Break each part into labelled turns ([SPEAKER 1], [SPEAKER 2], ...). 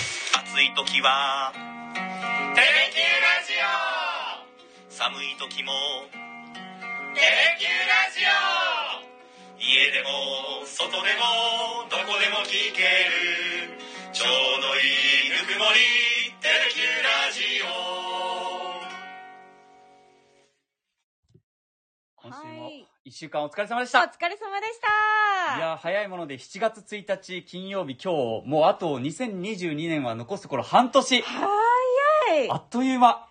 [SPEAKER 1] 暑い時は
[SPEAKER 2] テレキュラジオ
[SPEAKER 1] 寒い時も
[SPEAKER 2] テレキュラジオ
[SPEAKER 1] 家でも外でもどこでも聞けるちょうどいいぬくもりテレキュラジオ
[SPEAKER 3] 今週
[SPEAKER 4] は
[SPEAKER 3] も
[SPEAKER 4] い
[SPEAKER 3] 1週間お疲れ様でし
[SPEAKER 4] お
[SPEAKER 3] た、
[SPEAKER 4] 疲れ様でし
[SPEAKER 3] い、
[SPEAKER 4] た
[SPEAKER 3] やー早いもので7月1日金曜日今日もうあと2022年は残すところ半年
[SPEAKER 4] 早い
[SPEAKER 3] あっという間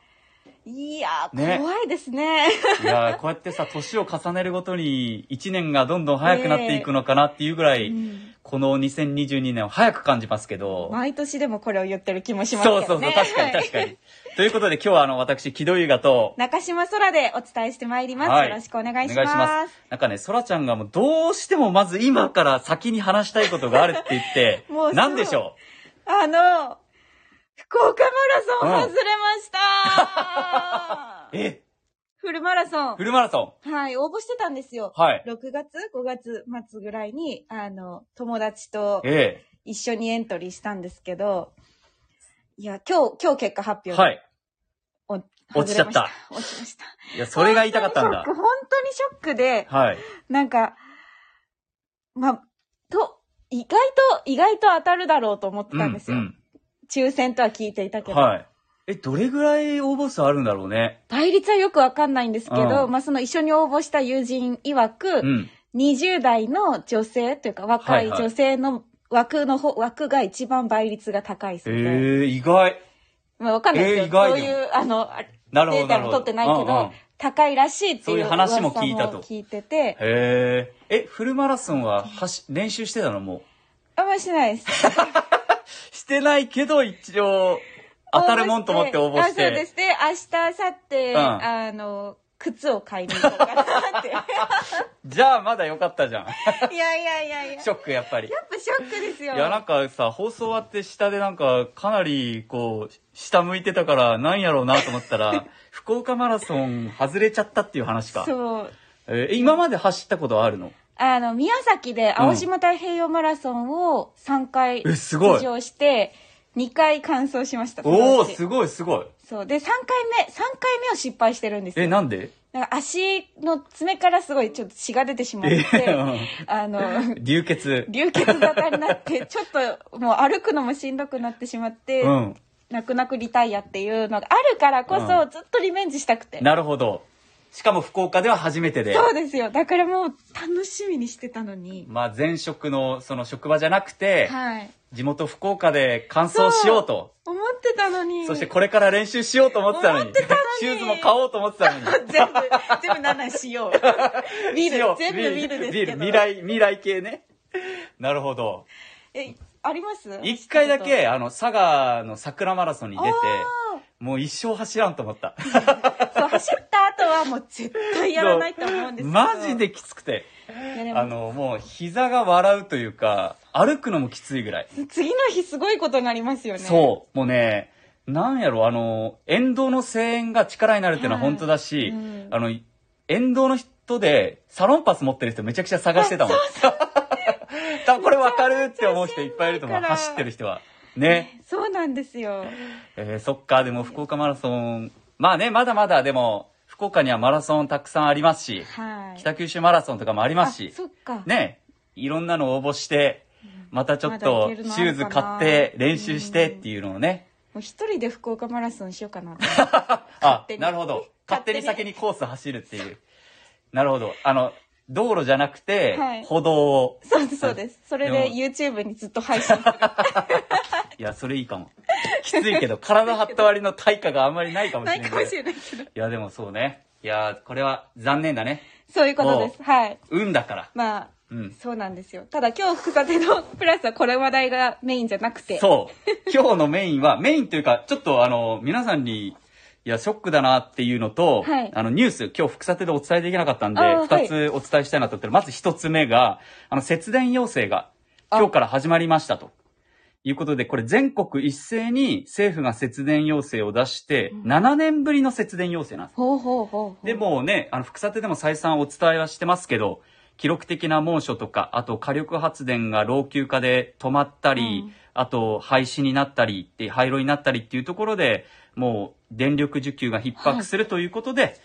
[SPEAKER 4] いやー、
[SPEAKER 3] ね
[SPEAKER 4] 怖いですね。
[SPEAKER 3] いやーこうやってさ年を重ねるごとに1年がどんどん早くなっていくのかなっていうぐらい、
[SPEAKER 4] うん
[SPEAKER 3] この2022年を早く感じますけど、
[SPEAKER 4] 毎年でもこれを言ってる気もしますけ
[SPEAKER 3] そ
[SPEAKER 4] ど
[SPEAKER 3] う
[SPEAKER 4] ね。
[SPEAKER 3] そうそう確かに
[SPEAKER 4] はい
[SPEAKER 3] 確かに、ということで今日はあの私木戸優雅と
[SPEAKER 4] 中島空でお伝えしてまいります。よろしくお願いします。
[SPEAKER 3] おなんかね、そらちゃんがもうどうしてもまず今から先に話したいことがあるって言って、
[SPEAKER 4] も うそう
[SPEAKER 3] なんでしょ
[SPEAKER 4] あの、福岡マラソン
[SPEAKER 3] うん
[SPEAKER 4] 外れまし
[SPEAKER 3] う
[SPEAKER 4] た、
[SPEAKER 3] え、
[SPEAKER 4] フルマラソン
[SPEAKER 3] フ。ルマラソ
[SPEAKER 4] はい、応募してたんですよ。
[SPEAKER 3] ン。はい。
[SPEAKER 4] 6月 ?5 月末ぐらいに、あの、友達と
[SPEAKER 3] え
[SPEAKER 4] 一緒にエントリーしたんですけど、いや、今日、今日結果発
[SPEAKER 3] え
[SPEAKER 4] 表で
[SPEAKER 3] はい。
[SPEAKER 4] お
[SPEAKER 3] 落ちちゃった。
[SPEAKER 4] 外れまし落ちました。
[SPEAKER 3] いや、 それが言いたかったんだ
[SPEAKER 4] 本当。にショック、本当にショックで、
[SPEAKER 3] はい。
[SPEAKER 4] なんか、まあ、と、意外と、意外と当たるだろうと思ってたんですよ。
[SPEAKER 3] うん
[SPEAKER 4] 抽選とは聞いていた
[SPEAKER 3] う
[SPEAKER 4] け
[SPEAKER 3] ん。
[SPEAKER 4] ど。
[SPEAKER 3] はい。え、どれぐらい応募数あるんだろうね。
[SPEAKER 4] 倍率はよくわかんないんですけど、
[SPEAKER 3] うん
[SPEAKER 4] まあ、その一緒に応募した友人曰く、
[SPEAKER 3] うん。
[SPEAKER 4] 20代の女性というか若い
[SPEAKER 3] はいはい
[SPEAKER 4] 女性の枠の方、枠が一番倍率が高いそうで。
[SPEAKER 3] ええ意外。
[SPEAKER 4] まあ、わかんないですよ。
[SPEAKER 3] えー意外
[SPEAKER 4] そう
[SPEAKER 3] でも
[SPEAKER 4] いう、あの、あれ
[SPEAKER 3] なるほ
[SPEAKER 4] デ
[SPEAKER 3] ど、
[SPEAKER 4] ー
[SPEAKER 3] な
[SPEAKER 4] タ
[SPEAKER 3] る
[SPEAKER 4] も
[SPEAKER 3] ほど。
[SPEAKER 4] 取ってないけど、
[SPEAKER 3] うんうん
[SPEAKER 4] 高いらしいって
[SPEAKER 3] そう
[SPEAKER 4] い
[SPEAKER 3] いう
[SPEAKER 4] う
[SPEAKER 3] 話も聞いたと
[SPEAKER 4] 噂も聞いてて、
[SPEAKER 3] へえ。え、フルマラソンは、はし、練習してたのも
[SPEAKER 4] あんまりしないです。
[SPEAKER 3] うしてないけど、一応、 当たるもんと思って応募し
[SPEAKER 4] あそうで
[SPEAKER 3] て。
[SPEAKER 4] す。で、明日、さって、
[SPEAKER 3] うん
[SPEAKER 4] あの、靴を買いに行こうかな っ
[SPEAKER 3] じゃあ、まだよかったじゃん。
[SPEAKER 4] て。いやいやいやいや。
[SPEAKER 3] ショック、やっぱり。
[SPEAKER 4] やっぱショックですよ。
[SPEAKER 3] いやなんかさ放送終わって下でなんかかなりこう下向いてたからなんやろうなと思っ たら福岡マラソン外れちゃったっていう話か、
[SPEAKER 4] そう。
[SPEAKER 3] えー今まで走ったことはあるの
[SPEAKER 4] あの、宮崎で青島太平洋マラソンを3回
[SPEAKER 3] えすごい
[SPEAKER 4] 出場して、2回完走しました。
[SPEAKER 3] おお
[SPEAKER 4] そのうち
[SPEAKER 3] すごいすごい
[SPEAKER 4] そう。で、3回目、三回目を失敗してるんですよ。
[SPEAKER 3] えなんで
[SPEAKER 4] なんか足の爪からすごいちょっと血が出てしまっ
[SPEAKER 3] え
[SPEAKER 4] て、
[SPEAKER 3] う
[SPEAKER 4] あの、
[SPEAKER 3] ん 流血
[SPEAKER 4] 流血沙汰になって、ちょっともう歩くのもしんどくなってしまって、
[SPEAKER 3] うん
[SPEAKER 4] 泣く泣くリタイアっていうのがあるからこそ、
[SPEAKER 3] うん
[SPEAKER 4] ずっとリベンジしたくて。
[SPEAKER 3] なるほどしかも福岡では初めてで
[SPEAKER 4] そうですよ。だからもう楽しみにしてたのに。
[SPEAKER 3] まあ前職のその職場じゃなくて
[SPEAKER 4] はい。
[SPEAKER 3] 地元福岡で完走しようと
[SPEAKER 4] 思ってたのに。
[SPEAKER 3] そしてこれから練習しようと思ってたのに
[SPEAKER 4] 思ってたのに
[SPEAKER 3] シューズも買おうと思ってたのに
[SPEAKER 4] 全部、全部7し よう。ビール、全部ビールですけど。
[SPEAKER 3] 未来、未来系ね。なるほど。
[SPEAKER 4] え、あります
[SPEAKER 3] 一回だけ、あの、佐賀の桜マラソンに出て、
[SPEAKER 4] あ
[SPEAKER 3] もう一生走らんと思った。
[SPEAKER 4] ーそう、走った後はもう絶対やらないと思うんですけど。
[SPEAKER 3] マジできつくて。
[SPEAKER 4] いやでも
[SPEAKER 3] あの、もう膝が笑うというか、歩くのもきついぐらい。
[SPEAKER 4] 次の日すごいことになりますよね。
[SPEAKER 3] そう。もうね、なんやろ、あの、沿道の声援が力になるっていうのは本当だし、
[SPEAKER 4] はいうん
[SPEAKER 3] あの、沿道の人で、サロンパス持ってる人めちゃくちゃ探してたもん。多分これわかるって思う人いっぱいいると思う。
[SPEAKER 4] めちゃめちゃ
[SPEAKER 3] 走ってる人は。ね。
[SPEAKER 4] そうなんですよ。
[SPEAKER 3] えーそっか、でも福岡マラソン、まあね、まだまだでも、福岡にはマラソンたくさんありますし、
[SPEAKER 4] はい。
[SPEAKER 3] 北九州マラソンとかもありますし
[SPEAKER 4] あ、そっか。
[SPEAKER 3] ね、いろんなの応募して、またちょっ
[SPEAKER 4] まだ
[SPEAKER 3] と
[SPEAKER 4] い
[SPEAKER 3] シ
[SPEAKER 4] けるのあ
[SPEAKER 3] ュ
[SPEAKER 4] る
[SPEAKER 3] ー
[SPEAKER 4] かな
[SPEAKER 3] ズ買って練習してっていうのをね、
[SPEAKER 4] もう一人で福岡マラソンしようかなと。
[SPEAKER 3] あ
[SPEAKER 4] 手、に
[SPEAKER 3] なるほど。
[SPEAKER 4] 勝
[SPEAKER 3] 勝手
[SPEAKER 4] 手
[SPEAKER 3] に
[SPEAKER 4] に
[SPEAKER 3] 先にコース走るっていう。なるほど。あの、道路じゃなくて
[SPEAKER 4] はい、
[SPEAKER 3] 歩道を。
[SPEAKER 4] そうです、そうです。それで
[SPEAKER 3] でも
[SPEAKER 4] YouTube にずっと配信する。
[SPEAKER 3] いや、それいいかも。きついけど、体張った割の対価があんまりないかもし
[SPEAKER 4] な
[SPEAKER 3] れ
[SPEAKER 4] い
[SPEAKER 3] ない
[SPEAKER 4] かもしれないけど。
[SPEAKER 3] いや、でもそうね。いや、これは残念だね。
[SPEAKER 4] そういうことです。はい。
[SPEAKER 3] 運だから。
[SPEAKER 4] まあ、
[SPEAKER 3] うん。
[SPEAKER 4] そうなんですよ。ただ今日、福さてのプラスはこれ話題がメインじゃなくて。
[SPEAKER 3] そう。今日のメインは、メ インというか、ちょっとあの、皆さんに、いや、ショックだなっていうのと、
[SPEAKER 4] はい
[SPEAKER 3] あの、ニュース、今日、副査定でお伝えできなかったんで、
[SPEAKER 4] あー
[SPEAKER 3] 二つお伝えしたいなと思ったら、まず一つ目が、あの、節電要請が、今日から始まりましたと。いうことで、これ全国一斉に政府が節電要請を出して、
[SPEAKER 4] うん
[SPEAKER 3] 7年ぶりの節電要請なんです。
[SPEAKER 4] ほうほうほうほう。
[SPEAKER 3] で、もうね、あの、副査定でも再三お伝えはしてますけど、記録的な猛暑とか、あと火力発電が老朽化で止まったり、
[SPEAKER 4] うん
[SPEAKER 3] あと廃止になったりって、廃炉になったりっていうところで、もう電力需給が逼迫するということで、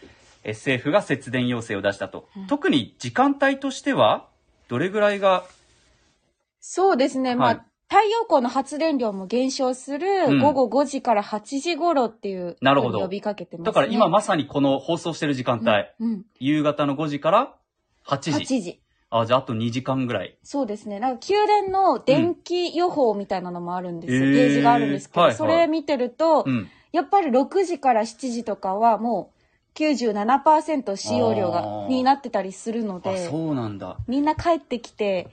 [SPEAKER 3] え政府が節電要請を出したと。
[SPEAKER 4] うん
[SPEAKER 3] 特に時間帯としては、どれぐらいが、
[SPEAKER 4] そうですね。ま
[SPEAKER 3] は
[SPEAKER 4] あ
[SPEAKER 3] い、
[SPEAKER 4] 太陽光の発電量も減少す
[SPEAKER 3] うん
[SPEAKER 4] る午後5時から8時頃っていう、
[SPEAKER 3] なるほど
[SPEAKER 4] ふうに呼びかけてます、ね。
[SPEAKER 3] だから今まさにこの放送してる時間帯、
[SPEAKER 4] うん、うん、
[SPEAKER 3] 夕方の5時から
[SPEAKER 4] 8
[SPEAKER 3] 8時。
[SPEAKER 4] 時。
[SPEAKER 3] あ、じゃああと2時間ぐらい。
[SPEAKER 4] そうですね。なんか、宮殿の電気予報みたいなのもあるんですよ。
[SPEAKER 3] うん
[SPEAKER 4] ゲージがあるんですけど、
[SPEAKER 3] えーはいはい
[SPEAKER 4] それ見てると、
[SPEAKER 3] うん。
[SPEAKER 4] やっぱり6時から7時とかはもう97%使用量
[SPEAKER 3] あー
[SPEAKER 4] が、になってたりするの
[SPEAKER 3] あ、
[SPEAKER 4] で、
[SPEAKER 3] そうなんだ。
[SPEAKER 4] みんな帰ってきて、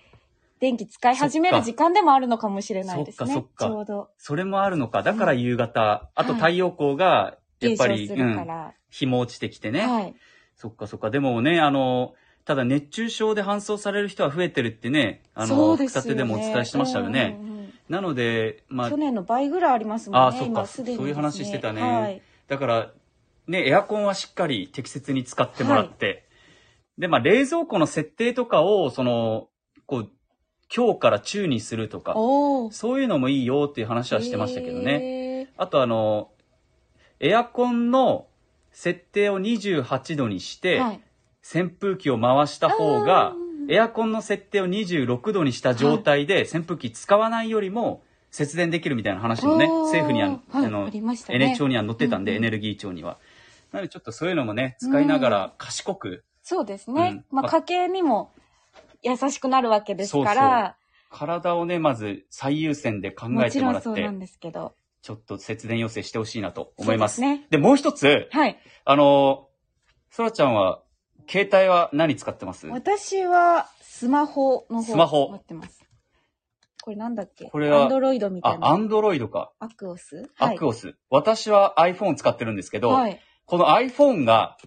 [SPEAKER 4] 電気使い始める時間でもあるのかもしれないですね。
[SPEAKER 3] そっかそっか
[SPEAKER 4] ちょうど。
[SPEAKER 3] それもあるのか。だから夕方、
[SPEAKER 4] うん
[SPEAKER 3] あと太陽光が、やっ
[SPEAKER 4] 減
[SPEAKER 3] ぱ
[SPEAKER 4] 少
[SPEAKER 3] り、
[SPEAKER 4] す
[SPEAKER 3] う
[SPEAKER 4] るか
[SPEAKER 3] ん、
[SPEAKER 4] ら。
[SPEAKER 3] 日も落ちてきてね。
[SPEAKER 4] はい。
[SPEAKER 3] そっかそっか。でもね、あの、ただ熱中症で搬送される人は増えてるってね、あ
[SPEAKER 4] そ
[SPEAKER 3] の、
[SPEAKER 4] うです
[SPEAKER 3] 草
[SPEAKER 4] よね
[SPEAKER 3] 手でもお伝えしてましたよね。
[SPEAKER 4] うんうんうん
[SPEAKER 3] なので、まあ
[SPEAKER 4] 去、年の倍ぐらいありますもんね。
[SPEAKER 3] あーそっか
[SPEAKER 4] 今すでにですね
[SPEAKER 3] そういう話してたね
[SPEAKER 4] はい。
[SPEAKER 3] だから、ね、エアコンはしっかり適切に使ってもらって、で、まあ、冷蔵庫の設定とかを、その、こう、今日から中にするとか、
[SPEAKER 4] おー。
[SPEAKER 3] そういうのもいいよっていう話はしてましたけどね。
[SPEAKER 4] ね。
[SPEAKER 3] あと、あの、エアコンの設定を28度にして、
[SPEAKER 4] はい。
[SPEAKER 3] 扇風機を回した方
[SPEAKER 4] あー
[SPEAKER 3] が
[SPEAKER 4] うんう、ん
[SPEAKER 3] エアコンの設定を26度にした状態で、扇風機使わないよりも節電できるみたいな話もね、
[SPEAKER 4] あー
[SPEAKER 3] 政府には、
[SPEAKER 4] はい
[SPEAKER 3] あの、
[SPEAKER 4] ありましたね
[SPEAKER 3] N 庁には載ってたんで、
[SPEAKER 4] うん
[SPEAKER 3] エ
[SPEAKER 4] うん
[SPEAKER 3] ネルギー庁には。なのでちょっとそういうのもね、使いながら賢く、
[SPEAKER 4] そうですね。
[SPEAKER 3] うん
[SPEAKER 4] まあ、家計にも優しくなるわけですから、
[SPEAKER 3] 体をね、まず最優先で考
[SPEAKER 4] も
[SPEAKER 3] えて
[SPEAKER 4] ち
[SPEAKER 3] も
[SPEAKER 4] ろ
[SPEAKER 3] ら
[SPEAKER 4] ん
[SPEAKER 3] っ
[SPEAKER 4] そうな
[SPEAKER 3] て
[SPEAKER 4] ん、ですけど。
[SPEAKER 3] ちょっと節電要請してほしいなと思います。
[SPEAKER 4] そうですね
[SPEAKER 3] で、もう一つ、
[SPEAKER 4] はい。
[SPEAKER 3] あの、そらちゃんは、携帯は何使ってます
[SPEAKER 4] 私は、スマホの方
[SPEAKER 3] スマホ
[SPEAKER 4] 持ってます。これなんだっけ
[SPEAKER 3] これは
[SPEAKER 4] アンドロイドみた
[SPEAKER 3] あ
[SPEAKER 4] い、な。
[SPEAKER 3] アンドロイドか。
[SPEAKER 4] アクオス
[SPEAKER 3] アク
[SPEAKER 4] オ
[SPEAKER 3] オス。私は iPhone 使ってるんですけど、
[SPEAKER 4] はい。
[SPEAKER 3] この iPhone が、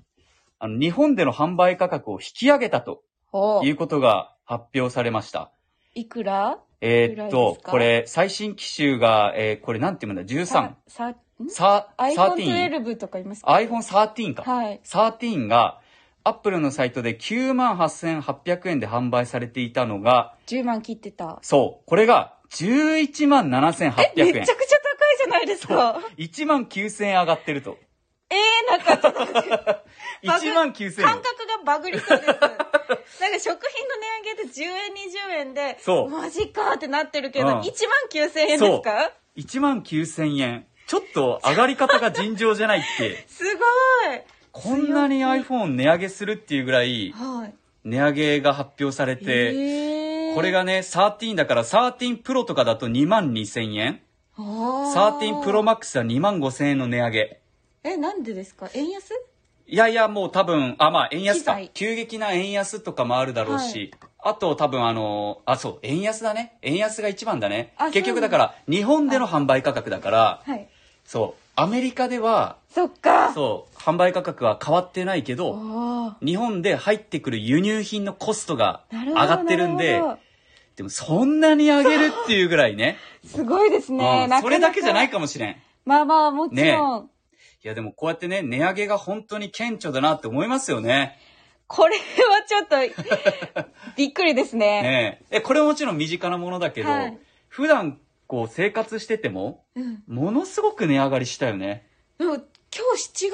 [SPEAKER 3] あの、日本での販売価格を引き上げたと
[SPEAKER 4] お
[SPEAKER 3] いうことが発表されました。
[SPEAKER 4] いくら
[SPEAKER 3] えーっ
[SPEAKER 4] いくらで
[SPEAKER 3] と
[SPEAKER 4] す、か
[SPEAKER 3] これ、最新機種が、えーこれなんていうんだ、13。
[SPEAKER 4] さ、ん
[SPEAKER 3] さ、13。
[SPEAKER 4] iPhone12 とか言いますか
[SPEAKER 3] iPhone 13か。
[SPEAKER 4] はい。
[SPEAKER 3] 13が、アップルのサイトで98,800円で販売されていたのが、
[SPEAKER 4] 10万切ってた。
[SPEAKER 3] そう、これが
[SPEAKER 4] めちゃく
[SPEAKER 3] 117,800円
[SPEAKER 4] ちゃ。高いじゃないですか。
[SPEAKER 3] 19,000円上がってると。
[SPEAKER 4] ええなんかちょっとバグ
[SPEAKER 3] 19,000円
[SPEAKER 4] 感。覚がバグりそうです。なんか食品の値上げで10円、20円で、
[SPEAKER 3] そう
[SPEAKER 4] マジかってなってるけど、
[SPEAKER 3] うん
[SPEAKER 4] 1万9000円ですか
[SPEAKER 3] 1万9000円。ちょっと上がり方が尋常じゃないって、
[SPEAKER 4] すごい
[SPEAKER 3] こんなに iPhone 値上げするっていうぐらい、
[SPEAKER 4] はい。
[SPEAKER 3] 値上げが発表されて、
[SPEAKER 4] えー
[SPEAKER 3] これ、がね、13だから13 Pro とかだと2万2000円、13 Pro
[SPEAKER 4] Max。
[SPEAKER 3] Max は2万5000円の値上げ。
[SPEAKER 4] え、なんでですか円安
[SPEAKER 3] いやいや、もう多分、あ、まあ、円安か
[SPEAKER 4] 機材。
[SPEAKER 3] 急激な円安とかもあるだろうし、あと多分あの、あ、そう、円安だね。円安が一番だね
[SPEAKER 4] あ。そ
[SPEAKER 3] 結
[SPEAKER 4] う
[SPEAKER 3] 局
[SPEAKER 4] な
[SPEAKER 3] だ
[SPEAKER 4] んだ
[SPEAKER 3] から、日本での販売価格だから、
[SPEAKER 4] はい。
[SPEAKER 3] そう、アメリカでは、
[SPEAKER 4] そっか。
[SPEAKER 3] そう、販売価格は変わってないけど、
[SPEAKER 4] おー
[SPEAKER 3] 日本で入ってくる輸入品のコストが
[SPEAKER 4] な
[SPEAKER 3] 上
[SPEAKER 4] るほど。
[SPEAKER 3] がってるん
[SPEAKER 4] な
[SPEAKER 3] で
[SPEAKER 4] ほ、ど
[SPEAKER 3] でもそんなに上げるっていうぐらいね。
[SPEAKER 4] すごいですね。
[SPEAKER 3] う
[SPEAKER 4] なか
[SPEAKER 3] ん
[SPEAKER 4] なか
[SPEAKER 3] それだけじゃないかもしれん。い
[SPEAKER 4] まあまあ、もちろん。
[SPEAKER 3] やでもこうやってね、値上げが本当に顕著だなって思いますよね。
[SPEAKER 4] これはちょっと、 びっくりですね。
[SPEAKER 3] ねえ。えこれもちろん身近なものだけど、
[SPEAKER 4] はい
[SPEAKER 3] 普段こう生活してても、
[SPEAKER 4] うん。
[SPEAKER 3] ものすごく値上がりしたよね。
[SPEAKER 4] でも今日7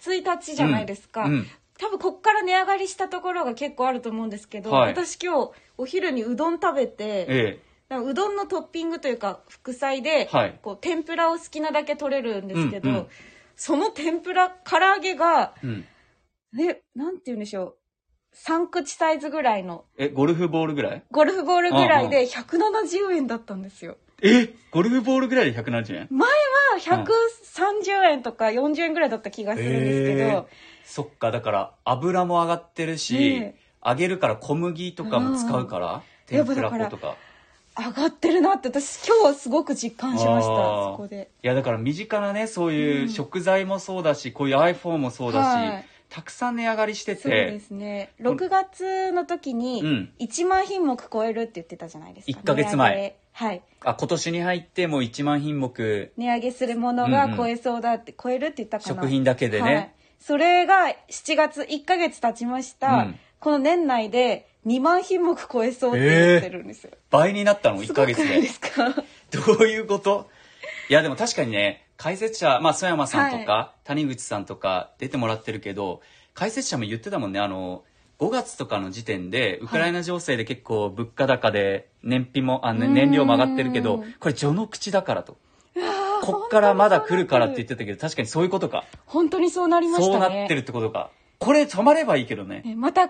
[SPEAKER 4] 月1日じゃないですか。
[SPEAKER 3] うんうん
[SPEAKER 4] 多分こっから値上がりしたところが結構あると思うんですけど、
[SPEAKER 3] はい
[SPEAKER 4] 私今日お昼にうどん食べて、
[SPEAKER 3] え
[SPEAKER 4] なんかうどんのトッピングというか副菜で、
[SPEAKER 3] はい
[SPEAKER 4] こう天ぷらを好きなだけ取れるんですけど、
[SPEAKER 3] うんうん
[SPEAKER 4] その天ぷら唐揚げが、
[SPEAKER 3] え。うん。
[SPEAKER 4] ね、なんて言うんでしょう、3口サイズぐらいの
[SPEAKER 3] え、ゴルフボールぐらい
[SPEAKER 4] ゴルフボールぐらいで170円だったんですよ。
[SPEAKER 3] えゴルフボールぐらいで170円
[SPEAKER 4] 前は130円とか40円ぐらいだった気がするんですけど、
[SPEAKER 3] へーそっかだから油も上がってるし、
[SPEAKER 4] ね
[SPEAKER 3] 揚げるから小麦とかも使うから、
[SPEAKER 4] うんうん
[SPEAKER 3] 天ぷら粉
[SPEAKER 4] やっぱ
[SPEAKER 3] と
[SPEAKER 4] だ
[SPEAKER 3] か
[SPEAKER 4] 上がってるなって私今日すごく実感しました
[SPEAKER 3] あー
[SPEAKER 4] そこで
[SPEAKER 3] いやだから身近なねそういううん食材もそうだし、こういう iPhone もそうだし、
[SPEAKER 4] はい
[SPEAKER 3] たくさん値上がりして
[SPEAKER 4] そうで
[SPEAKER 3] て
[SPEAKER 4] すね6月の時
[SPEAKER 3] うん
[SPEAKER 4] に1万品目超えるって言ってたじゃないですか
[SPEAKER 3] 一ヶ月前
[SPEAKER 4] 値上げはい
[SPEAKER 3] あ今年に入ってもう1万品目
[SPEAKER 4] 値上げするものが超えそうだって、超えるって言ったかな
[SPEAKER 3] 食品だけでね、
[SPEAKER 4] はい、それが7月1ヶ月経ちました、
[SPEAKER 3] うん
[SPEAKER 4] この年内で2万品目超えそうって言ってるんですよ、
[SPEAKER 3] 倍になったの1
[SPEAKER 4] す
[SPEAKER 3] ヶ
[SPEAKER 4] ごく
[SPEAKER 3] 月
[SPEAKER 4] ない
[SPEAKER 3] で
[SPEAKER 4] ですか
[SPEAKER 3] どういうこといや、でも確かにね、解説者、まあ、曽山さんとか、谷口さんとか出てもらってるけど、解説者も言ってたもんね、あの、5月とかの時点で、ウクライナ情勢で結構物価高で、燃費も、あの、
[SPEAKER 4] うん
[SPEAKER 3] 燃料も上がってるけど、これ序の口だからと。こっからまだ来るからって言ってたけど、確かにそういうことか。
[SPEAKER 4] 本当にそうなりまし
[SPEAKER 3] そう
[SPEAKER 4] たね。
[SPEAKER 3] なってるってことか。これ止まればいいけどね。
[SPEAKER 4] ねまた9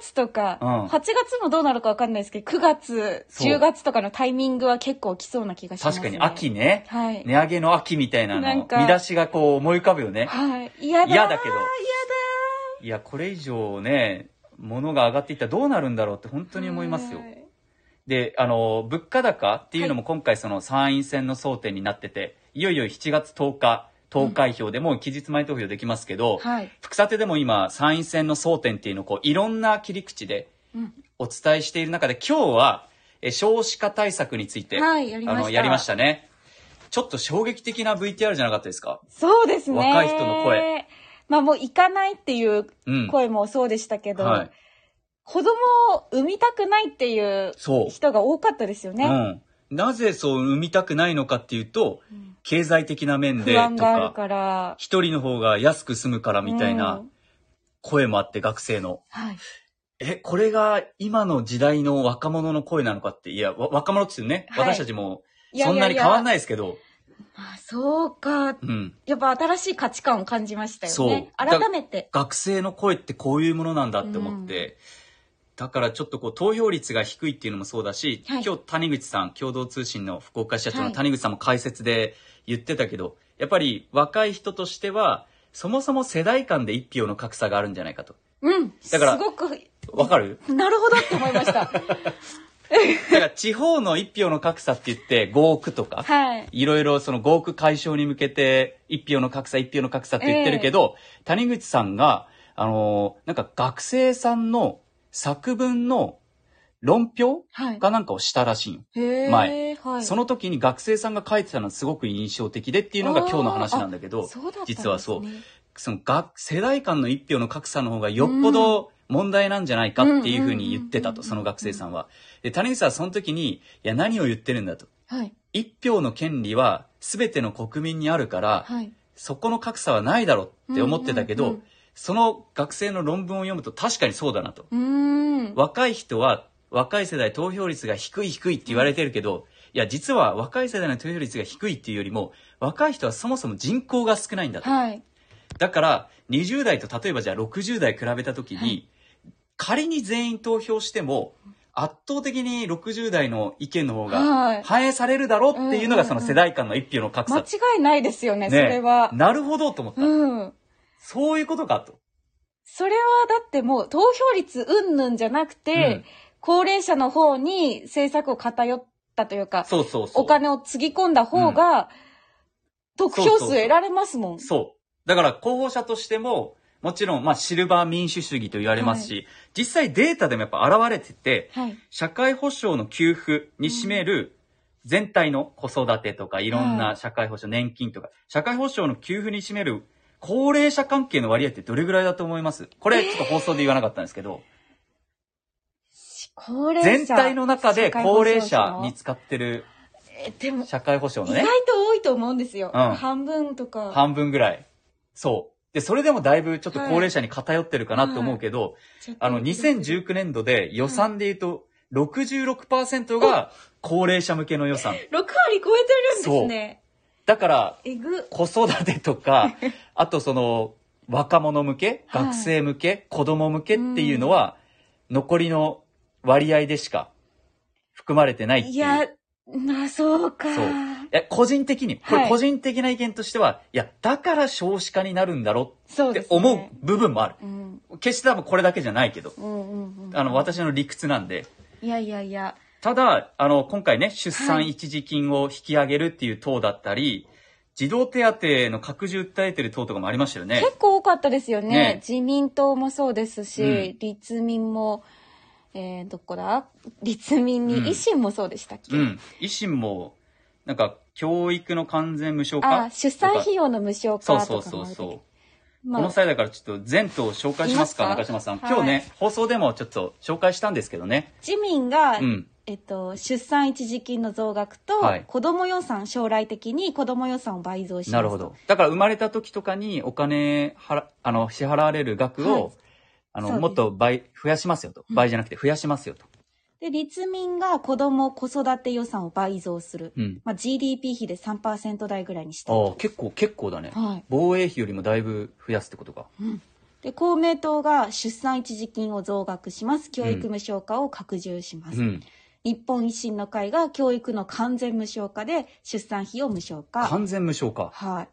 [SPEAKER 4] 月とか、
[SPEAKER 3] うん
[SPEAKER 4] 8月もどうなるか分かんないですけど9月
[SPEAKER 3] そう
[SPEAKER 4] 10月とかのタイミングは結構来そうな気がします、
[SPEAKER 3] 確
[SPEAKER 4] ね、
[SPEAKER 3] かに秋ね。
[SPEAKER 4] はい、
[SPEAKER 3] 値上げの秋みたいな
[SPEAKER 4] なん
[SPEAKER 3] の、
[SPEAKER 4] か
[SPEAKER 3] 見出しがこう思い浮かぶよね。
[SPEAKER 4] はい嫌だ
[SPEAKER 3] 嫌だけど
[SPEAKER 4] 嫌だ
[SPEAKER 3] いや、これ以上ね、物が上がっていったらどうなるんだろうって本当に思いますよ
[SPEAKER 4] は。い
[SPEAKER 3] で、あの、物価高っていうのも今回その参院選の争点になってて、いよいよ7月10日、投開票でもう期日前投票できますけど、
[SPEAKER 4] はい
[SPEAKER 3] 副査定でも今参院選の争点っていうのをこういろんな切り口で
[SPEAKER 4] うん
[SPEAKER 3] お伝えしている中で今日はえ少子化対策について、
[SPEAKER 4] はいやりま
[SPEAKER 3] あ
[SPEAKER 4] した
[SPEAKER 3] のやりましたね。ちょっと衝撃的な VTR じゃなかったですか
[SPEAKER 4] そうですね
[SPEAKER 3] 若い人の声
[SPEAKER 4] まあもう行かないっていう
[SPEAKER 3] うん。
[SPEAKER 4] 声もそうでしたけど、
[SPEAKER 3] はい。
[SPEAKER 4] 子供を産みたくないっていう
[SPEAKER 3] そう。
[SPEAKER 4] 人が多かったですよね、
[SPEAKER 3] うん、なぜそう産みたくないのかっていうと、
[SPEAKER 4] うん
[SPEAKER 3] 経済的な面で
[SPEAKER 4] 不安
[SPEAKER 3] と
[SPEAKER 4] がある
[SPEAKER 3] か
[SPEAKER 4] から
[SPEAKER 3] 一人の方が安く済むからみたいうなん声もあって学生の、
[SPEAKER 4] はい
[SPEAKER 3] えこれが今の時代の若者の声なのかっていやわ若者って言うね、
[SPEAKER 4] はい
[SPEAKER 3] 私たちも
[SPEAKER 4] いや
[SPEAKER 3] そ
[SPEAKER 4] い
[SPEAKER 3] ん
[SPEAKER 4] や
[SPEAKER 3] ないに
[SPEAKER 4] や
[SPEAKER 3] 変わんないですけど
[SPEAKER 4] あそうか
[SPEAKER 3] うん、
[SPEAKER 4] やっぱ新しい価値観を感じましたよね
[SPEAKER 3] そうだ
[SPEAKER 4] 改めて
[SPEAKER 3] 学生の声ってこういうものなんだって思って、だからちょっとこう投票率が低いっていうのもそうだし、
[SPEAKER 4] はい
[SPEAKER 3] 今日谷口さん共同通信の福岡支社長
[SPEAKER 4] は
[SPEAKER 3] の
[SPEAKER 4] い
[SPEAKER 3] 谷口さんも解説で言ってたけど、やっぱり若い人としてはそもそも世代間で一票の格差があるんじゃないかと
[SPEAKER 4] うん。
[SPEAKER 3] だから
[SPEAKER 4] すごく、
[SPEAKER 3] わかる
[SPEAKER 4] なるほどって思いまし た。
[SPEAKER 3] だから地方の一票の格差って言って5億とか、
[SPEAKER 4] はい。
[SPEAKER 3] いろいろその5億解消に向けて、一票の格差、一票の格差って言ってるけど、谷口さんが、あのーなんか学生さんの作文の論評
[SPEAKER 4] はい。
[SPEAKER 3] がなんかをしたらしいよ、
[SPEAKER 4] へー
[SPEAKER 3] 前
[SPEAKER 4] はい。
[SPEAKER 3] その時に学生さんが書いてたのはすごく印象的でっていうのが今日の話なんだけど、
[SPEAKER 4] そうだったんですね
[SPEAKER 3] 実はそう。その学、世代間の一票の格差の方がよっぽど問題なんじゃないかっていうふうに言ってたと、
[SPEAKER 4] うんうんうんうん
[SPEAKER 3] その学生さんは。で、谷口さんはその時に、いや何を言ってるんだと。
[SPEAKER 4] はい。
[SPEAKER 3] 一票の権利は全ての国民にあるから、
[SPEAKER 4] はい。
[SPEAKER 3] そこの格差はないだろうって思ってたけど、
[SPEAKER 4] うんうんうん
[SPEAKER 3] その学生の論文を読むと確かにそうだなと。
[SPEAKER 4] うーん。
[SPEAKER 3] 若い人は若い世代投票率が低い低いって言われてるけど、いや実は若い世代の投票率が低いっていうよりも若い人はそもそも人口が少ないんだと。
[SPEAKER 4] はい。
[SPEAKER 3] だから20代と例えばじゃあ60代比べた時に、
[SPEAKER 4] はい
[SPEAKER 3] 仮に全員投票しても圧倒的に60代の意見の方
[SPEAKER 4] は
[SPEAKER 3] が
[SPEAKER 4] い
[SPEAKER 3] 反映されるだろうっていう
[SPEAKER 4] うん
[SPEAKER 3] のが
[SPEAKER 4] うんうん
[SPEAKER 3] その世代間の一票の格
[SPEAKER 4] 間
[SPEAKER 3] 差
[SPEAKER 4] 違いないですよね、それは。
[SPEAKER 3] なるほどと思った、
[SPEAKER 4] うん。
[SPEAKER 3] そういうことかと
[SPEAKER 4] それはだってもう投票率うんぬんじゃなくて、
[SPEAKER 3] うん
[SPEAKER 4] 高齢者の方に政策を偏ったというか、
[SPEAKER 3] そうそうそう
[SPEAKER 4] お金をつぎ込んだ方が、得
[SPEAKER 3] そう
[SPEAKER 4] 票
[SPEAKER 3] そう
[SPEAKER 4] 数
[SPEAKER 3] そう
[SPEAKER 4] 得られますもん。
[SPEAKER 3] そうだから候補者としてももちろん、まあ、シルバー民主主義と言われますし、実際データでもやっぱ現れてて、
[SPEAKER 4] はい。
[SPEAKER 3] 社会保障の給付に占める全体の子育てとかいろん
[SPEAKER 4] は
[SPEAKER 3] な社会保障、年金とか、社会保障の給付に占める高齢者関係の割合ってどれぐらいだと思いますこれちょっと放送で言わなかったんですけど、
[SPEAKER 4] 高齢者。
[SPEAKER 3] 全体の中で
[SPEAKER 4] 社会保
[SPEAKER 3] 高
[SPEAKER 4] 障
[SPEAKER 3] 齢
[SPEAKER 4] 省
[SPEAKER 3] 者に使ってる
[SPEAKER 4] えでも、
[SPEAKER 3] 社会保障
[SPEAKER 4] 意
[SPEAKER 3] の
[SPEAKER 4] 外
[SPEAKER 3] ね
[SPEAKER 4] と、多いと思うんですよ。
[SPEAKER 3] うん
[SPEAKER 4] 半分とか。
[SPEAKER 3] 半分ぐらい。そう。で、それでもだいぶちょっと高齢者に偏ってるかなって思うけど、
[SPEAKER 4] ちょっと
[SPEAKER 3] あの、2019年度で予算で言うと66%が高齢者向けの予算。
[SPEAKER 4] 6割超えてるんですね。
[SPEAKER 3] だから、
[SPEAKER 4] えぐ。
[SPEAKER 3] 子育て とか、あとその、若者向け、
[SPEAKER 4] はい
[SPEAKER 3] 学生向け、子供向けっていうのは、残りの割合でしか含まれてないっていう。
[SPEAKER 4] いや、まあそうか。
[SPEAKER 3] そうえ個人的に、こ
[SPEAKER 4] は
[SPEAKER 3] れ
[SPEAKER 4] い
[SPEAKER 3] 個人的な意見としては、い、や、だから少子化になるんだろ
[SPEAKER 4] そう
[SPEAKER 3] っ
[SPEAKER 4] で
[SPEAKER 3] て
[SPEAKER 4] すね。
[SPEAKER 3] 思う部分もある。
[SPEAKER 4] うん。
[SPEAKER 3] 決して多分これだけじゃないけど、
[SPEAKER 4] うんうんうん。
[SPEAKER 3] あの、私の理屈なんで。
[SPEAKER 4] いやいやいや。
[SPEAKER 3] ただ、あの、今回ね、出
[SPEAKER 4] は
[SPEAKER 3] 産
[SPEAKER 4] い
[SPEAKER 3] 一時金を引き上げるっていう党だったり、児童手当の拡充訴えてる党とかもありましたよね。
[SPEAKER 4] 結構多かったですよね。
[SPEAKER 3] ね
[SPEAKER 4] 自民党もそうですし、
[SPEAKER 3] うん
[SPEAKER 4] 立民も、えー、どこだ立民に、
[SPEAKER 3] うん
[SPEAKER 4] 維新もそうでしたっけ、
[SPEAKER 3] うん。維新も、なんか、教育の完全無償化
[SPEAKER 4] あ、出産費
[SPEAKER 3] 用
[SPEAKER 4] 用の無償
[SPEAKER 3] そう
[SPEAKER 4] 化と
[SPEAKER 3] そう
[SPEAKER 4] かもあ
[SPEAKER 3] そう
[SPEAKER 4] るけど
[SPEAKER 3] そう。
[SPEAKER 4] ま
[SPEAKER 3] この
[SPEAKER 4] あ、
[SPEAKER 3] 際だからちょっと全党を紹介しますか、
[SPEAKER 4] いま
[SPEAKER 3] 中
[SPEAKER 4] すか
[SPEAKER 3] 島さん。
[SPEAKER 4] はい
[SPEAKER 3] 今日ね、放送でもちょっと紹介したんですけどね。
[SPEAKER 4] 自民が
[SPEAKER 3] うん。
[SPEAKER 4] えっと、出産一時金の増額と、
[SPEAKER 3] はい
[SPEAKER 4] 子供予算、将来的に子供予算を倍増しますと
[SPEAKER 3] なるほど。だから生まれた時とかにお金払、あの、支払われる額を、
[SPEAKER 4] はい
[SPEAKER 3] あ
[SPEAKER 4] そうで
[SPEAKER 3] の、
[SPEAKER 4] す
[SPEAKER 3] もっと倍、増やしますよと。
[SPEAKER 4] うん
[SPEAKER 3] 倍じゃなくて増やしますよと。
[SPEAKER 4] で、立民が子供子育て予算を倍増する。
[SPEAKER 3] うん。
[SPEAKER 4] まあ、GDP 比で3%台ぐらいにしたい
[SPEAKER 3] ああ
[SPEAKER 4] と、
[SPEAKER 3] 結構、結構だね。
[SPEAKER 4] はい。
[SPEAKER 3] 防衛費よりもだいぶ増やすってことか。
[SPEAKER 4] で、公明党が出産一時金を増額します。教育無償化を拡充します。
[SPEAKER 3] うん。
[SPEAKER 4] 日本維新の会が教育の完全無償化で出産費を無償化。
[SPEAKER 3] 完全無償化。
[SPEAKER 4] はい。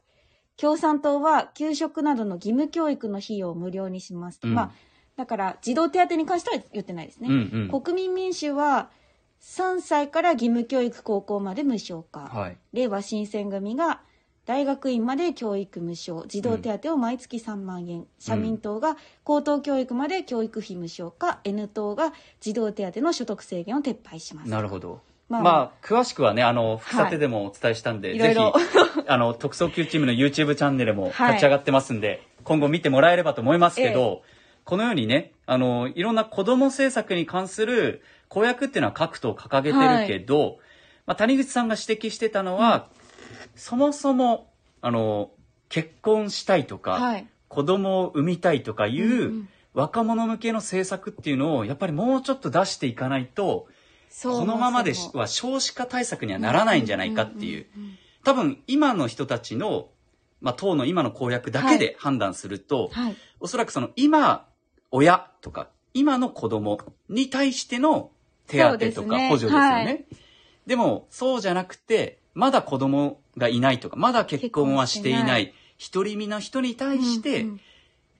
[SPEAKER 4] 共産党は給食などの義務教育の費用を無料にしますと。
[SPEAKER 3] うん
[SPEAKER 4] まあ、だから児童手当に関しては言ってないですね。
[SPEAKER 3] うんうん。
[SPEAKER 4] 国民民主は3歳から義務教育高校まで無償化、
[SPEAKER 3] はい。
[SPEAKER 4] 令和新選組が大学院まで教育無償児童手当を毎月3万円、社民党が高等教育まで教育費無償化 N 党が児童手当の所得制限を撤廃します
[SPEAKER 3] なるほど。
[SPEAKER 4] ま
[SPEAKER 3] ま
[SPEAKER 4] あ
[SPEAKER 3] あ、詳しくはね、あの、副査定でもお伝えしたんで、
[SPEAKER 4] い
[SPEAKER 3] ぜひ、
[SPEAKER 4] ろ
[SPEAKER 3] あの、特捜級チームの YouTube チャンネルも
[SPEAKER 4] はい
[SPEAKER 3] 立ち上がってますんで、今後見てもらえればと思いますけど、このようにね、あの、いろんな子供政策に関する公約っていうのは各党掲げてるけど、まあ、谷口さんが指摘してたのは、そもそも、あの、結婚したいとか、
[SPEAKER 4] はい
[SPEAKER 3] 子供を産みたいとかいう、
[SPEAKER 4] うんうん
[SPEAKER 3] 若者向けの政策っていうのをやっぱりもうちょっと出していかないと
[SPEAKER 4] そう
[SPEAKER 3] このままで
[SPEAKER 4] そう
[SPEAKER 3] は少子化対策にはならないんじゃないかっていう
[SPEAKER 4] うんうんうん
[SPEAKER 3] 多分今の人たちの、まあ、党の今の公約だけで判断すると、
[SPEAKER 4] はい
[SPEAKER 3] おそらくその今親とか今の子供に対しての手当
[SPEAKER 4] そ
[SPEAKER 3] と
[SPEAKER 4] うです
[SPEAKER 3] か
[SPEAKER 4] ね
[SPEAKER 3] 補助ですよね。で
[SPEAKER 4] はい
[SPEAKER 3] もそうじゃなくてまだ子供がいないとかまだ結婚はしてい
[SPEAKER 4] 結婚して
[SPEAKER 3] な
[SPEAKER 4] ない
[SPEAKER 3] 独り身な人に対して、
[SPEAKER 4] うんうん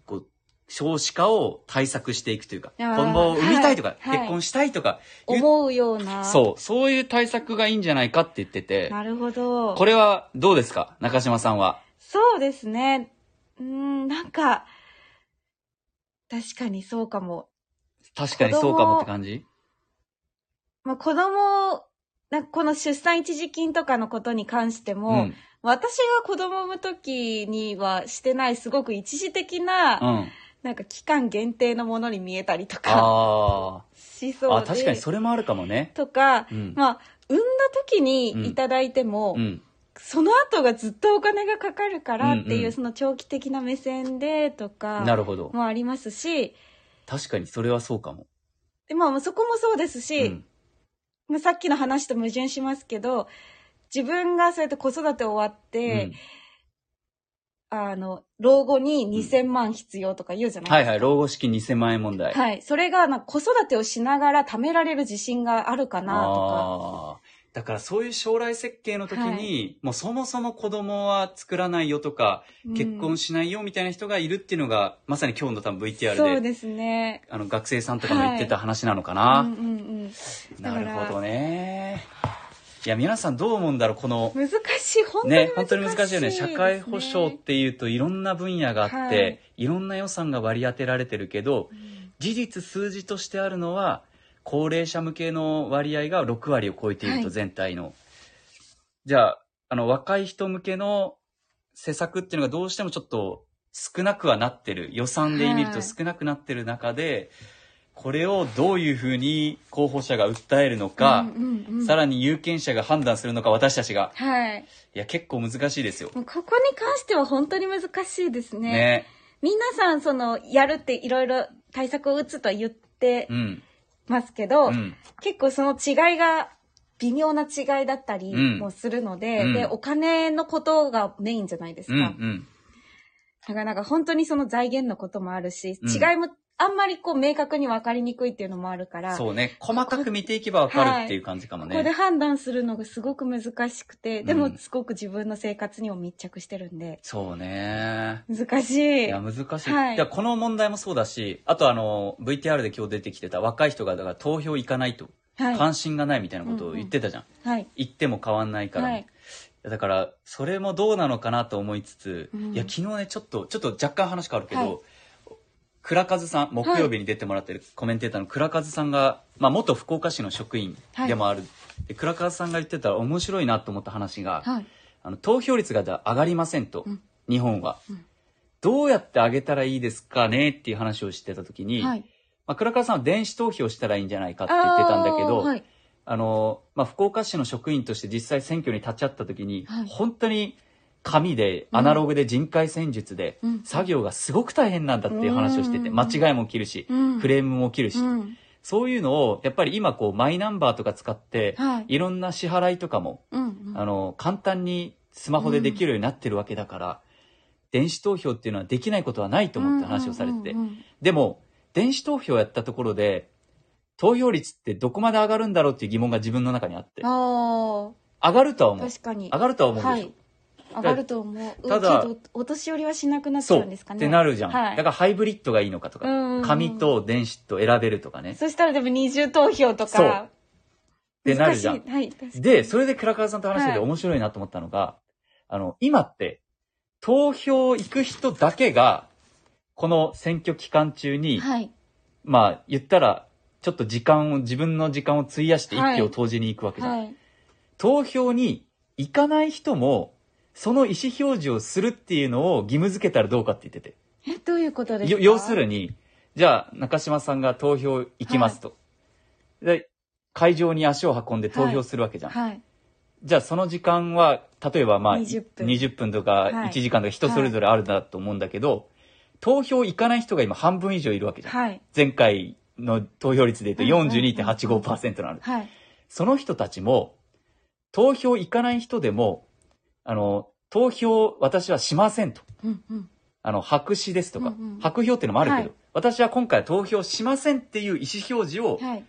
[SPEAKER 3] こう、少子化を対策していくというか、
[SPEAKER 4] あー
[SPEAKER 3] 子供を産みたいとか、
[SPEAKER 4] はい
[SPEAKER 3] 結婚したいとか、いう
[SPEAKER 4] 思うような
[SPEAKER 3] そう、そういう対策がいいんじゃないかって言ってて、
[SPEAKER 4] なるほど
[SPEAKER 3] これはどうですか中島さんは。
[SPEAKER 4] そうですねうーんなんか確かにそうかも
[SPEAKER 3] 確かにそうかもって感じ
[SPEAKER 4] まあ、子供をなんかこの出産一時金とかのことに関しても、
[SPEAKER 3] うん。
[SPEAKER 4] 私が子供を産む時にはしてないすごく一時的な、
[SPEAKER 3] うん。
[SPEAKER 4] なんか期間限定のものに見えたりとか
[SPEAKER 3] あ
[SPEAKER 4] しそうで
[SPEAKER 3] ーあ。確かにそれもあるかもね。
[SPEAKER 4] とか、
[SPEAKER 3] うん。
[SPEAKER 4] まあ、産んだ時にいただいても、
[SPEAKER 3] うん。
[SPEAKER 4] その後がずっとお金がかかるからっていう、
[SPEAKER 3] うんうん
[SPEAKER 4] その長期的な目線でと
[SPEAKER 3] な
[SPEAKER 4] か
[SPEAKER 3] るほど。
[SPEAKER 4] もありますし、
[SPEAKER 3] 確かにそれはそうかも。
[SPEAKER 4] でまあ、そこもそうですし、
[SPEAKER 3] うん。
[SPEAKER 4] まあ、さっきの話と矛盾しますけど自分がそうやって子育て終わっ
[SPEAKER 3] う
[SPEAKER 4] て
[SPEAKER 3] ん、
[SPEAKER 4] あの老後に2000万必要とか言うじゃな
[SPEAKER 3] はいい
[SPEAKER 4] ですか、
[SPEAKER 3] はい、老後資金2000万円問題。
[SPEAKER 4] はいそれがなんか子育てをしながら貯められる自信があるかなと
[SPEAKER 3] あーだからそういう将来設計の時に、
[SPEAKER 4] は
[SPEAKER 3] もうそもそも子供は作らないよとか、
[SPEAKER 4] か
[SPEAKER 3] 結婚
[SPEAKER 4] し
[SPEAKER 3] しないよみたいな人がいるっていうのが、まさに今日の多分
[SPEAKER 4] て
[SPEAKER 3] VTR
[SPEAKER 4] そう
[SPEAKER 3] で
[SPEAKER 4] ですね
[SPEAKER 3] あの学生さんとかも言ってた話なのかな、
[SPEAKER 4] うんうんうん、
[SPEAKER 3] なるほどねいや皆さんどう思うんだろうこの
[SPEAKER 4] 難しい本当に難しい、
[SPEAKER 3] ね本当に難しいよね社会保障
[SPEAKER 4] で
[SPEAKER 3] っ
[SPEAKER 4] すね
[SPEAKER 3] ていうといろんな分野があって、
[SPEAKER 4] はい
[SPEAKER 3] い、ろんな予算が割り当てられてるけど事実数字としてあるのは高齢者向けの割合が6割を超えている
[SPEAKER 4] は
[SPEAKER 3] と
[SPEAKER 4] い
[SPEAKER 3] 全体の、じゃああの若い人向けの施策っていうのがどうしてもちょっと少なくはなってる予算で見る
[SPEAKER 4] は
[SPEAKER 3] と
[SPEAKER 4] い
[SPEAKER 3] 少なくなってる中で、これをどういうふうに候補者が訴えるのか、
[SPEAKER 4] うんうんうん
[SPEAKER 3] さらに有権者が判断するのか私たちが
[SPEAKER 4] はい
[SPEAKER 3] いや結構難しいですよ。
[SPEAKER 4] もうここに関しては本当に難しいですね
[SPEAKER 3] ね
[SPEAKER 4] 皆さんそのやるっていろいろ対策を打つとは言って
[SPEAKER 3] うん
[SPEAKER 4] ますけど、
[SPEAKER 3] うん
[SPEAKER 4] 結構その違いが微妙な違いだったり
[SPEAKER 3] うん
[SPEAKER 4] もするので、
[SPEAKER 3] うん
[SPEAKER 4] でお金のことがメインじゃないです
[SPEAKER 3] う
[SPEAKER 4] か、
[SPEAKER 3] んう
[SPEAKER 4] だか
[SPEAKER 3] ん
[SPEAKER 4] らなんか本当にその財源のこともあるし、
[SPEAKER 3] うん
[SPEAKER 4] 違いもあんまりこう明確に分かりにくいっていうのもあるから
[SPEAKER 3] そうね細かく見ていけばわかるっていう感じかも
[SPEAKER 4] こ
[SPEAKER 3] ね。
[SPEAKER 4] こで判断するのがすごく難しくてで
[SPEAKER 3] う
[SPEAKER 4] も
[SPEAKER 3] ん
[SPEAKER 4] すごく自分の生活にも密着してるんで
[SPEAKER 3] そうね
[SPEAKER 4] 難し
[SPEAKER 3] い
[SPEAKER 4] い
[SPEAKER 3] や難しい、
[SPEAKER 4] はい
[SPEAKER 3] いやこの問題もそうだしあとあの VTR で今日出てきてた若い人がだから投票行かないと
[SPEAKER 4] はい、
[SPEAKER 3] 関心がないみたいなことを言ってたじゃん、
[SPEAKER 4] はい、
[SPEAKER 3] 行っても変わんないから、
[SPEAKER 4] はい
[SPEAKER 3] だからそれもどうなのかなと思いつつ、
[SPEAKER 4] うん
[SPEAKER 3] いや昨日ねちょっとちょっと若干話変わるけど、
[SPEAKER 4] はい
[SPEAKER 3] 倉和さん木曜日に出てもらってるコメンテーターの倉和さんが、まあ、元福岡市の職員でもある、で倉和さんが言ってたら面白いなと思った話が、
[SPEAKER 4] はい、
[SPEAKER 3] あの投票率がだ上がりませんと、
[SPEAKER 4] うん
[SPEAKER 3] 日本は、
[SPEAKER 4] うん
[SPEAKER 3] どうやって上げたらいいですかねっていう話をしてた時に、
[SPEAKER 4] はい、
[SPEAKER 3] まあ、倉和さんは電子投票したらいいんじゃないかって言ってたんだけど、
[SPEAKER 4] あーはい
[SPEAKER 3] あの、まあ、福岡市の職員として実際選挙に立ち会った時に、
[SPEAKER 4] はい
[SPEAKER 3] 本当に紙で、アナログで人海戦術で、
[SPEAKER 4] うん
[SPEAKER 3] 作業がすごく大変なんだっていう話をしてて、
[SPEAKER 4] うん
[SPEAKER 3] 間違いも起きるし、
[SPEAKER 4] うん
[SPEAKER 3] クレームも起きるし、
[SPEAKER 4] うん
[SPEAKER 3] そういうのを、やっぱり今こう、マイナンバーとか使って、
[SPEAKER 4] はい
[SPEAKER 3] いろんな支払いとかも、
[SPEAKER 4] うんうん
[SPEAKER 3] あの、簡単にスマホでできるようになってるわけだから、電子投票っていうのはできないことはないと思って話をされてて、
[SPEAKER 4] うんうんうんうん
[SPEAKER 3] でも、電子投票やったところで、投票率ってどこまで上がるんだろうっていう疑問が自分の中にあって、
[SPEAKER 4] あ
[SPEAKER 3] 上がるとは
[SPEAKER 4] あ
[SPEAKER 3] 思う。
[SPEAKER 4] 確かに
[SPEAKER 3] 上がるとは思うでしょ。
[SPEAKER 4] はい上がると思う
[SPEAKER 3] ただ
[SPEAKER 4] けどお年寄りはしなくなっち
[SPEAKER 3] そ
[SPEAKER 4] ゃ
[SPEAKER 3] う
[SPEAKER 4] うんですかね
[SPEAKER 3] ってなるじゃん、
[SPEAKER 4] はい
[SPEAKER 3] だからハイブリッドがいいのかとか、
[SPEAKER 4] うんうんうん
[SPEAKER 3] 紙と電子と選べるとかね。
[SPEAKER 4] そしたらでも二重投票と
[SPEAKER 3] そう
[SPEAKER 4] か
[SPEAKER 3] ってな
[SPEAKER 4] 難
[SPEAKER 3] る
[SPEAKER 4] し
[SPEAKER 3] じ
[SPEAKER 4] い
[SPEAKER 3] ゃ
[SPEAKER 4] は
[SPEAKER 3] ん。
[SPEAKER 4] い確かに
[SPEAKER 3] で、それで倉川さんと話してて
[SPEAKER 4] はい
[SPEAKER 3] 面白いなと思ったのが、あの、今って、投票行く人だけが、この選挙期間中に、
[SPEAKER 4] はい
[SPEAKER 3] まあ、言ったら、ちょっと時間を、自分の時間を費やして一票を投じに行くわけじゃん。
[SPEAKER 4] はい
[SPEAKER 3] 投票に行かない人も、その意思表示をするっていうのを義務付けたらどうかって言ってて。
[SPEAKER 4] えどういうことです
[SPEAKER 3] よ
[SPEAKER 4] か
[SPEAKER 3] 要するに、じゃあ中島さんが投票行きますと。で、会場に足を運んで投票するわけじゃん。
[SPEAKER 4] はい
[SPEAKER 3] じゃあその時間は、例えばまあ
[SPEAKER 4] 20分
[SPEAKER 3] 分とか
[SPEAKER 4] い
[SPEAKER 3] 1時間とか人それぞれあるだと思うんだけど、投票行かない人が今半分以上いるわけじゃん。
[SPEAKER 4] はい
[SPEAKER 3] 前回の投票率で言うと
[SPEAKER 4] うんうんうん
[SPEAKER 3] 42.85%なの。
[SPEAKER 4] はい
[SPEAKER 3] その人たちも、投票行かない人でも、あの、投票私はしませんと。
[SPEAKER 4] うんうん
[SPEAKER 3] あの、白紙ですとか、
[SPEAKER 4] うんうん
[SPEAKER 3] 白票っていうのもあるけど、
[SPEAKER 4] はい
[SPEAKER 3] 私は今回投票しませんっていう意思表示を、
[SPEAKER 4] はい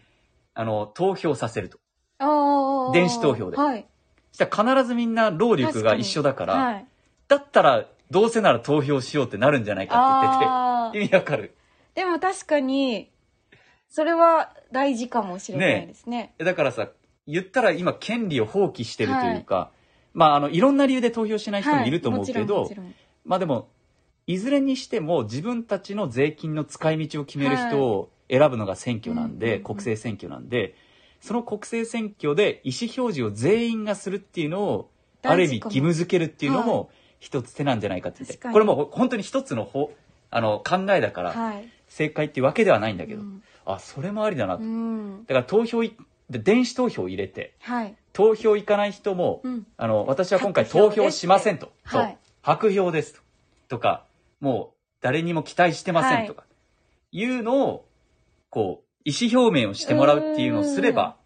[SPEAKER 3] あの、投票させると。
[SPEAKER 4] ああ
[SPEAKER 3] 電子投票で
[SPEAKER 4] はい
[SPEAKER 3] そしたら必ずみんな労力
[SPEAKER 4] 確
[SPEAKER 3] が
[SPEAKER 4] に
[SPEAKER 3] 一緒だから、
[SPEAKER 4] はい
[SPEAKER 3] だったらどうせなら投票しようってなるんじゃないかって言
[SPEAKER 4] あ
[SPEAKER 3] って
[SPEAKER 4] ー
[SPEAKER 3] て、意味わかる。
[SPEAKER 4] でも確かにそれは大事かもしれないですね
[SPEAKER 3] だからさ、言ったら今権利を放棄してるというか、まあ、あの、いろんな理由で投票しない人もいると思うけど、
[SPEAKER 4] はいもちろんもち
[SPEAKER 3] まあでも、いずれにしても自分たちの税金の使い道を決める人を選ぶのが選挙なんで、
[SPEAKER 4] はいうんうんうん
[SPEAKER 3] 国政選挙なんで、その国政選挙で意思表示を全員がするっていうのを、ある意味
[SPEAKER 4] 大事かも
[SPEAKER 3] 義務付けるっていうのも一つ手なんじゃないかって言って、
[SPEAKER 4] 確かに
[SPEAKER 3] これもう本当に一つのほあの考えだか
[SPEAKER 4] ろん
[SPEAKER 3] ら、
[SPEAKER 4] はい
[SPEAKER 3] 正解っていうわけではないんだけど、
[SPEAKER 4] うん
[SPEAKER 3] あ、それもありだなと。
[SPEAKER 4] う
[SPEAKER 3] だ
[SPEAKER 4] ん
[SPEAKER 3] から投票い、で電子投票を入れて、
[SPEAKER 4] はい
[SPEAKER 3] 投票行かない人も、
[SPEAKER 4] うん
[SPEAKER 3] あの、私は今回投票しませんと。
[SPEAKER 4] 白票ですってはい
[SPEAKER 3] そう。白票ですと。とか、もう誰にも期待してませんとか、い、うのを、こう、意思表明をしてもらうっていうのをすれば、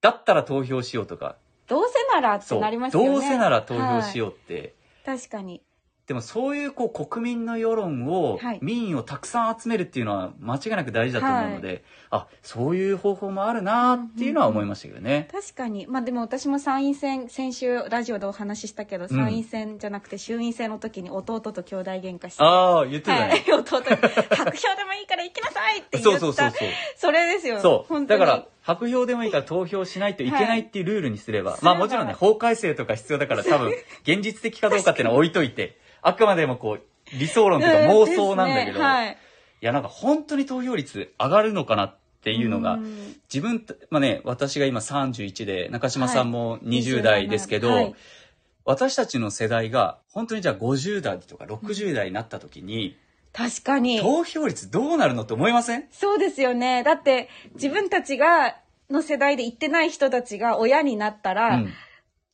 [SPEAKER 3] だったら投票しようとか、
[SPEAKER 4] どうせならって
[SPEAKER 3] そう、
[SPEAKER 4] なりますよね
[SPEAKER 3] どうせなら投票しようって、
[SPEAKER 4] はい確かに
[SPEAKER 3] でもそういうこう国民の世論を、
[SPEAKER 4] はい
[SPEAKER 3] 民意をたくさん集めるっていうのは間違いなく大事だと思うので、あ、そういう方法もあるなっていうのは思いましたけどね。
[SPEAKER 4] 確かにまあでも私も参院選先週ラジオでお話ししたけど、参院選じゃなくて衆院選の時に弟と兄弟喧嘩して
[SPEAKER 3] ああ、言ってたね。
[SPEAKER 4] はい、 弟に「白票でもいいから行きなさい!」って言った
[SPEAKER 3] そうそうそうそう。
[SPEAKER 4] それですよ
[SPEAKER 3] そう。
[SPEAKER 4] 本
[SPEAKER 3] だ
[SPEAKER 4] 当に
[SPEAKER 3] から、白票でもいいから投票しないといけないっていうルールにすれば、まあもちろんね、法改正とか必要だから 多分、現実的かどうかっていうのは置いといて、あくまでもこう、理想論というか
[SPEAKER 4] うん
[SPEAKER 3] 妄想なんだけ
[SPEAKER 4] です
[SPEAKER 3] ど、
[SPEAKER 4] ね
[SPEAKER 3] い、
[SPEAKER 4] はい、
[SPEAKER 3] やなんか本当に投票率上がるのかなっていうのが、
[SPEAKER 4] うん
[SPEAKER 3] 自分た、まあね、私が今31で、中島さんも20
[SPEAKER 4] 27
[SPEAKER 3] 代ですけど、
[SPEAKER 4] はい
[SPEAKER 3] 私たちの世代が本当にじゃあ50代とか60代になった時に、
[SPEAKER 4] 確かに
[SPEAKER 3] 投票率どうなるのって思いません
[SPEAKER 4] そうですよねだって自分たちがの世代で行ってない人たちが親になった
[SPEAKER 3] う
[SPEAKER 4] ら、
[SPEAKER 3] ん。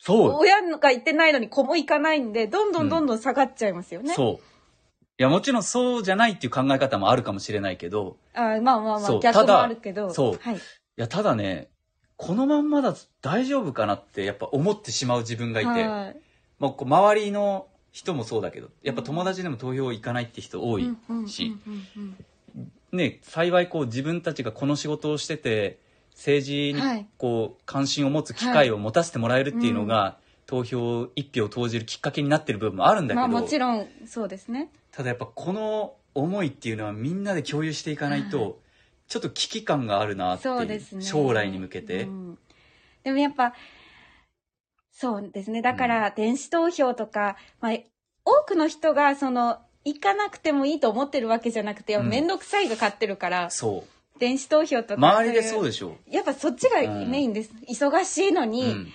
[SPEAKER 3] そう。
[SPEAKER 4] 親が行ってないのに子も行かないんでどんどんどんどん下がっちゃいますよね、
[SPEAKER 3] そう。いや、もちろんそうじゃないっていう考え方もあるかもしれないけど、
[SPEAKER 4] あまあまあま
[SPEAKER 3] そ
[SPEAKER 4] あ
[SPEAKER 3] う
[SPEAKER 4] 逆
[SPEAKER 3] ただ
[SPEAKER 4] もあるけど
[SPEAKER 3] そう
[SPEAKER 4] はい、
[SPEAKER 3] いや、ただね、このまんまだと大丈夫かなってやっぱ思ってしまう自分がいて、
[SPEAKER 4] はい
[SPEAKER 3] まあ、こう周りの人もそうだけど、やっぱ友達でも投票行かないって人多いし、
[SPEAKER 4] うんうんうんうん
[SPEAKER 3] ね、幸いこう自分たちがこの仕事をしてて、政治
[SPEAKER 4] は
[SPEAKER 3] に
[SPEAKER 4] い
[SPEAKER 3] こう関心を持つ機会を持たせてもらえるっていうのが、投票一票を投じるきっかけになってる部分もあるんだけ
[SPEAKER 4] まあ
[SPEAKER 3] ど、
[SPEAKER 4] もちろんそうですね
[SPEAKER 3] ただやっぱこの思いっていうのはみんなで共有していかないとちょっと危機感があるなってい
[SPEAKER 4] そう
[SPEAKER 3] う
[SPEAKER 4] ですね
[SPEAKER 3] 将来に向けて、
[SPEAKER 4] うんでもやっぱそうですねだから電子投票とか、まあ、多くの人がその行かなくてもいいと思ってるわけじゃなくて
[SPEAKER 3] うん
[SPEAKER 4] 面倒、くさいが勝ってるから
[SPEAKER 3] そ
[SPEAKER 4] 電子投票と
[SPEAKER 3] う
[SPEAKER 4] か
[SPEAKER 3] 周りでそうでしょ
[SPEAKER 4] やっぱそっちがメインです、忙しいの
[SPEAKER 3] う、う
[SPEAKER 4] に
[SPEAKER 3] ん、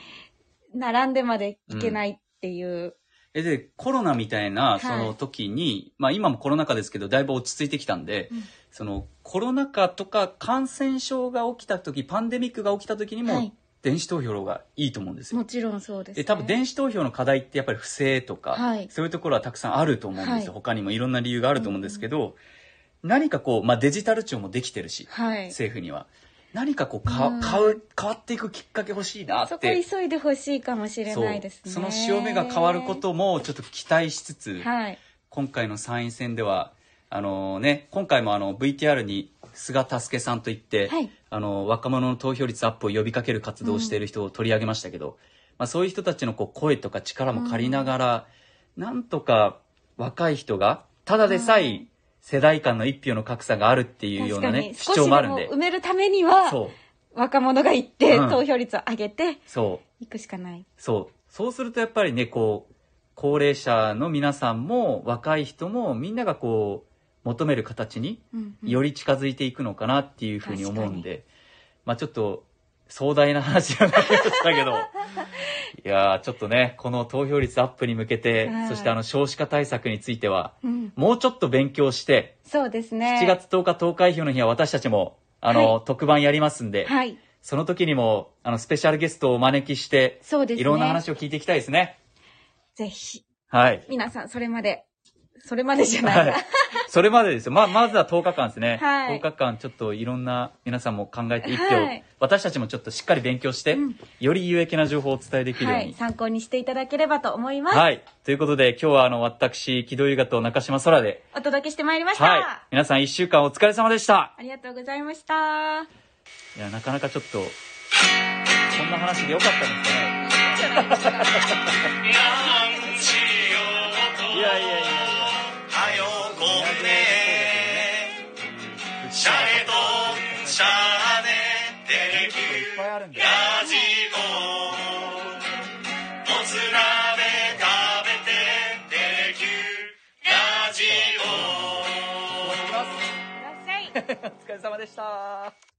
[SPEAKER 4] 並んでまで行けないっていう、
[SPEAKER 3] えでコロナみたい
[SPEAKER 4] い
[SPEAKER 3] なその時に、まあ、今もコロナ禍ですけどだいぶ落ち着いてきたんで、
[SPEAKER 4] うん
[SPEAKER 3] そのコロナ禍とか感染症が起きた時パンデミックが起きた時にも、
[SPEAKER 4] はい
[SPEAKER 3] 電子投票がいいと思うんですよ。
[SPEAKER 4] もちろんそうです、
[SPEAKER 3] で多分電子投票の課題ってやっぱり不正とか、
[SPEAKER 4] はい
[SPEAKER 3] そういうところはたくさんあると思うんですよ、
[SPEAKER 4] はい
[SPEAKER 3] 他にもいろんな理由があると思うんですけど、何かこう、まあ、デジタル庁もできてるし、
[SPEAKER 4] はい
[SPEAKER 3] 政府には何かこうか、
[SPEAKER 4] うん
[SPEAKER 3] 変う変わっていくきっかけ欲しいなって
[SPEAKER 4] そこ急いでほしいかもしれないですね
[SPEAKER 3] そうその潮目が変わることもちょっと期待しつつ、
[SPEAKER 4] はい
[SPEAKER 3] 今回の参院選ではあのね、今回もあの VTR に菅田助さんといって、
[SPEAKER 4] はい
[SPEAKER 3] あの若者の投票率アップを呼びかける活動をしている人を取り上げましたけど、まあ、そういう人たちのこう声とか力も借りながら、なんとか若い人がただでさ
[SPEAKER 4] う
[SPEAKER 3] え世代間の一票の格差があるっていうよう
[SPEAKER 4] 確
[SPEAKER 3] な
[SPEAKER 4] か
[SPEAKER 3] ね
[SPEAKER 4] に
[SPEAKER 3] 主
[SPEAKER 4] 少しで
[SPEAKER 3] 張もあるん
[SPEAKER 4] も
[SPEAKER 3] で
[SPEAKER 4] 埋めるためには
[SPEAKER 3] そう
[SPEAKER 4] 若者が行って
[SPEAKER 3] うん
[SPEAKER 4] 投票率を上げて
[SPEAKER 3] そう
[SPEAKER 4] いくしかない、
[SPEAKER 3] そう。そうするとやっぱりね、こう、高齢者の皆さんも若い人もみんながこう、求める形に
[SPEAKER 4] うんうん
[SPEAKER 3] より近づいていくのかなっていうふうに思うんで、まあちょっと壮大な話になりまし たけど、いやーちょっとね、この投票率アップに向けて
[SPEAKER 4] は、い
[SPEAKER 3] そしてあの少子化対策については、
[SPEAKER 4] うん
[SPEAKER 3] もうちょっと勉強して、
[SPEAKER 4] そうですね
[SPEAKER 3] 7月10日投開票の日は私たちも、あの、
[SPEAKER 4] は
[SPEAKER 3] 特番やりますんで、
[SPEAKER 4] はい
[SPEAKER 3] その時にも、あの、スペシャルゲストをお招きして、
[SPEAKER 4] そうですね
[SPEAKER 3] いろんな話を聞いていきたいですね。
[SPEAKER 4] ぜひ
[SPEAKER 3] はい。
[SPEAKER 4] 皆さんそれまでそれまでじゃないな、
[SPEAKER 3] はいそれまでですよ。ま、まずは10日間ですね。
[SPEAKER 4] はい
[SPEAKER 3] 10日間、ちょっといろんな皆さんも考えて一票、
[SPEAKER 4] はい
[SPEAKER 3] 私たちもちょっとしっかり勉強して、
[SPEAKER 4] うん
[SPEAKER 3] より有益な情報をお伝えできるよう
[SPEAKER 4] は
[SPEAKER 3] に。
[SPEAKER 4] い、参考にしていただければと思います、
[SPEAKER 3] はいということで、今日はあの、私、木戸優雅と中島空で、
[SPEAKER 4] お届けしてまいりました、
[SPEAKER 3] はい。皆さん1週間お疲れ様でした。
[SPEAKER 4] ありがとうございました
[SPEAKER 3] いや、なかなかちょっと、こんな話でよかったんですかね。
[SPEAKER 1] なんしようと
[SPEAKER 3] いやいやいやいや。
[SPEAKER 1] はよこんねシャレとシ ャレテレビ
[SPEAKER 3] いっぱいあるんだよ
[SPEAKER 1] ラジオもつ鍋食べてテレキューラジオ
[SPEAKER 4] いらっしゃい
[SPEAKER 3] お疲れ様でした。